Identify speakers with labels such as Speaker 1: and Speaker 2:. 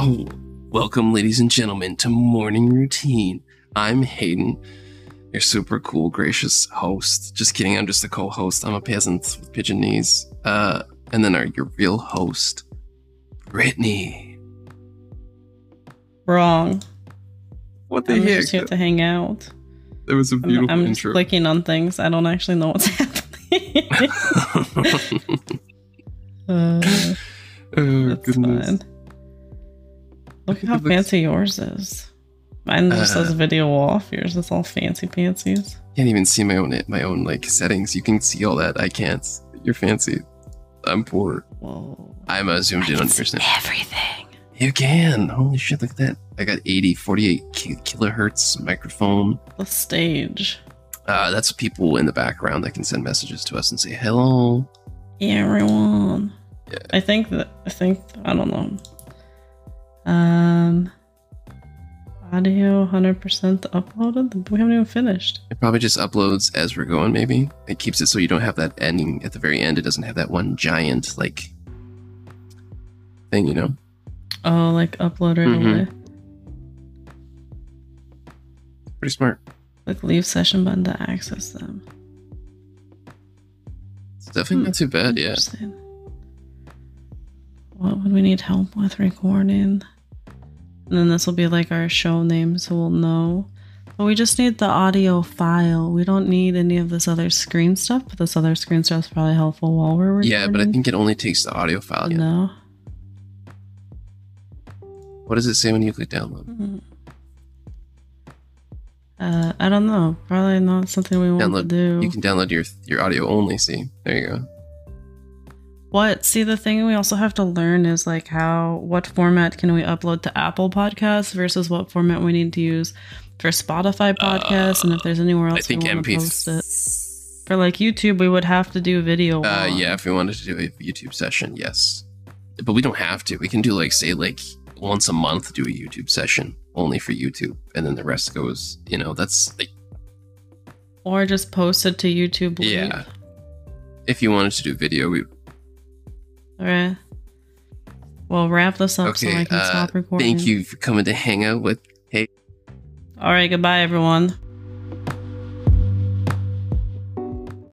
Speaker 1: Oh, welcome, ladies and gentlemen, to Morning Routine. I'm Hayden, your super cool, gracious host. Just kidding, I'm just a co host. I'm a peasant with pigeon knees. Uh, and then our your real host, Brittany.
Speaker 2: Wrong.
Speaker 1: What the
Speaker 2: I'm
Speaker 1: heck?
Speaker 2: just here to hang out.
Speaker 1: There was a
Speaker 2: I'm,
Speaker 1: beautiful
Speaker 2: I'm just
Speaker 1: intro.
Speaker 2: clicking on things. I don't actually know what's happening. uh,
Speaker 1: oh,
Speaker 2: that's
Speaker 1: goodness.
Speaker 2: fine. Look
Speaker 1: think
Speaker 2: how
Speaker 1: it looks-
Speaker 2: fancy yours is. Mine just
Speaker 1: Uh,
Speaker 2: says video off. Yours is all fancy pantsies.
Speaker 1: Can't even see my own my own like settings. You can see all that. I can't. You're fancy. I'm poor.
Speaker 2: Whoa.
Speaker 1: I'm uh, zoomed in on your snap.
Speaker 2: everything.
Speaker 1: You can. Holy shit, look at that. I got 80, 48 ki- kilohertz microphone.
Speaker 2: The stage.
Speaker 1: Uh, that's people in the background that can send messages to us and say hello.
Speaker 2: Everyone.
Speaker 1: Yeah.
Speaker 2: I think that I think I don't know. Um audio 100% uploaded. We haven't even finished.
Speaker 1: It probably just uploads as we're going, maybe. It keeps it so you don't have that ending at the very end. It doesn't have that one giant, like, thing, you know?
Speaker 2: Oh, like upload right
Speaker 1: Mhm.
Speaker 2: away.
Speaker 1: Pretty smart.
Speaker 2: Like leave session button to access them.
Speaker 1: It's definitely
Speaker 2: Hmm.
Speaker 1: not too bad, Uh, yeah.
Speaker 2: Interesting. What would we need help with recording? And then this will be like our show name, so we'll know. But we just need the audio file. We don't need any of this other screen stuff, but this other screen stuff's probably helpful while we're recording.
Speaker 1: Yeah, but I think it only takes the audio file. Yeah.
Speaker 2: No.
Speaker 1: What does it say when you click download?
Speaker 2: Hmm. Uh, I don't know. Probably not something we want to
Speaker 1: Download.
Speaker 2: do.
Speaker 1: You can download your your audio only, see? There you go.
Speaker 2: What? See, the thing we also have to learn is like how, what format can we upload to Apple Podcasts versus what format we need to use for Spotify Podcasts, and if there's anywhere
Speaker 1: Uh,
Speaker 2: else
Speaker 1: I think
Speaker 2: we want to post it.
Speaker 1: MP3.
Speaker 2: For like YouTube, we would have to do video.
Speaker 1: Uh,
Speaker 2: on.
Speaker 1: yeah, if we wanted to do a YouTube session, yes. But we don't have to. We can do like say like once a month do a YouTube session only for YouTube, and then the rest goes. You know, that's like
Speaker 2: Or just post it to YouTube. Live.
Speaker 1: yeah. If you wanted to do video, we
Speaker 2: All right. Well, wrap this up so
Speaker 1: Okay,
Speaker 2: I can
Speaker 1: uh,
Speaker 2: stop recording.
Speaker 1: thank you for coming to hang out with.
Speaker 2: All right. Goodbye, everyone.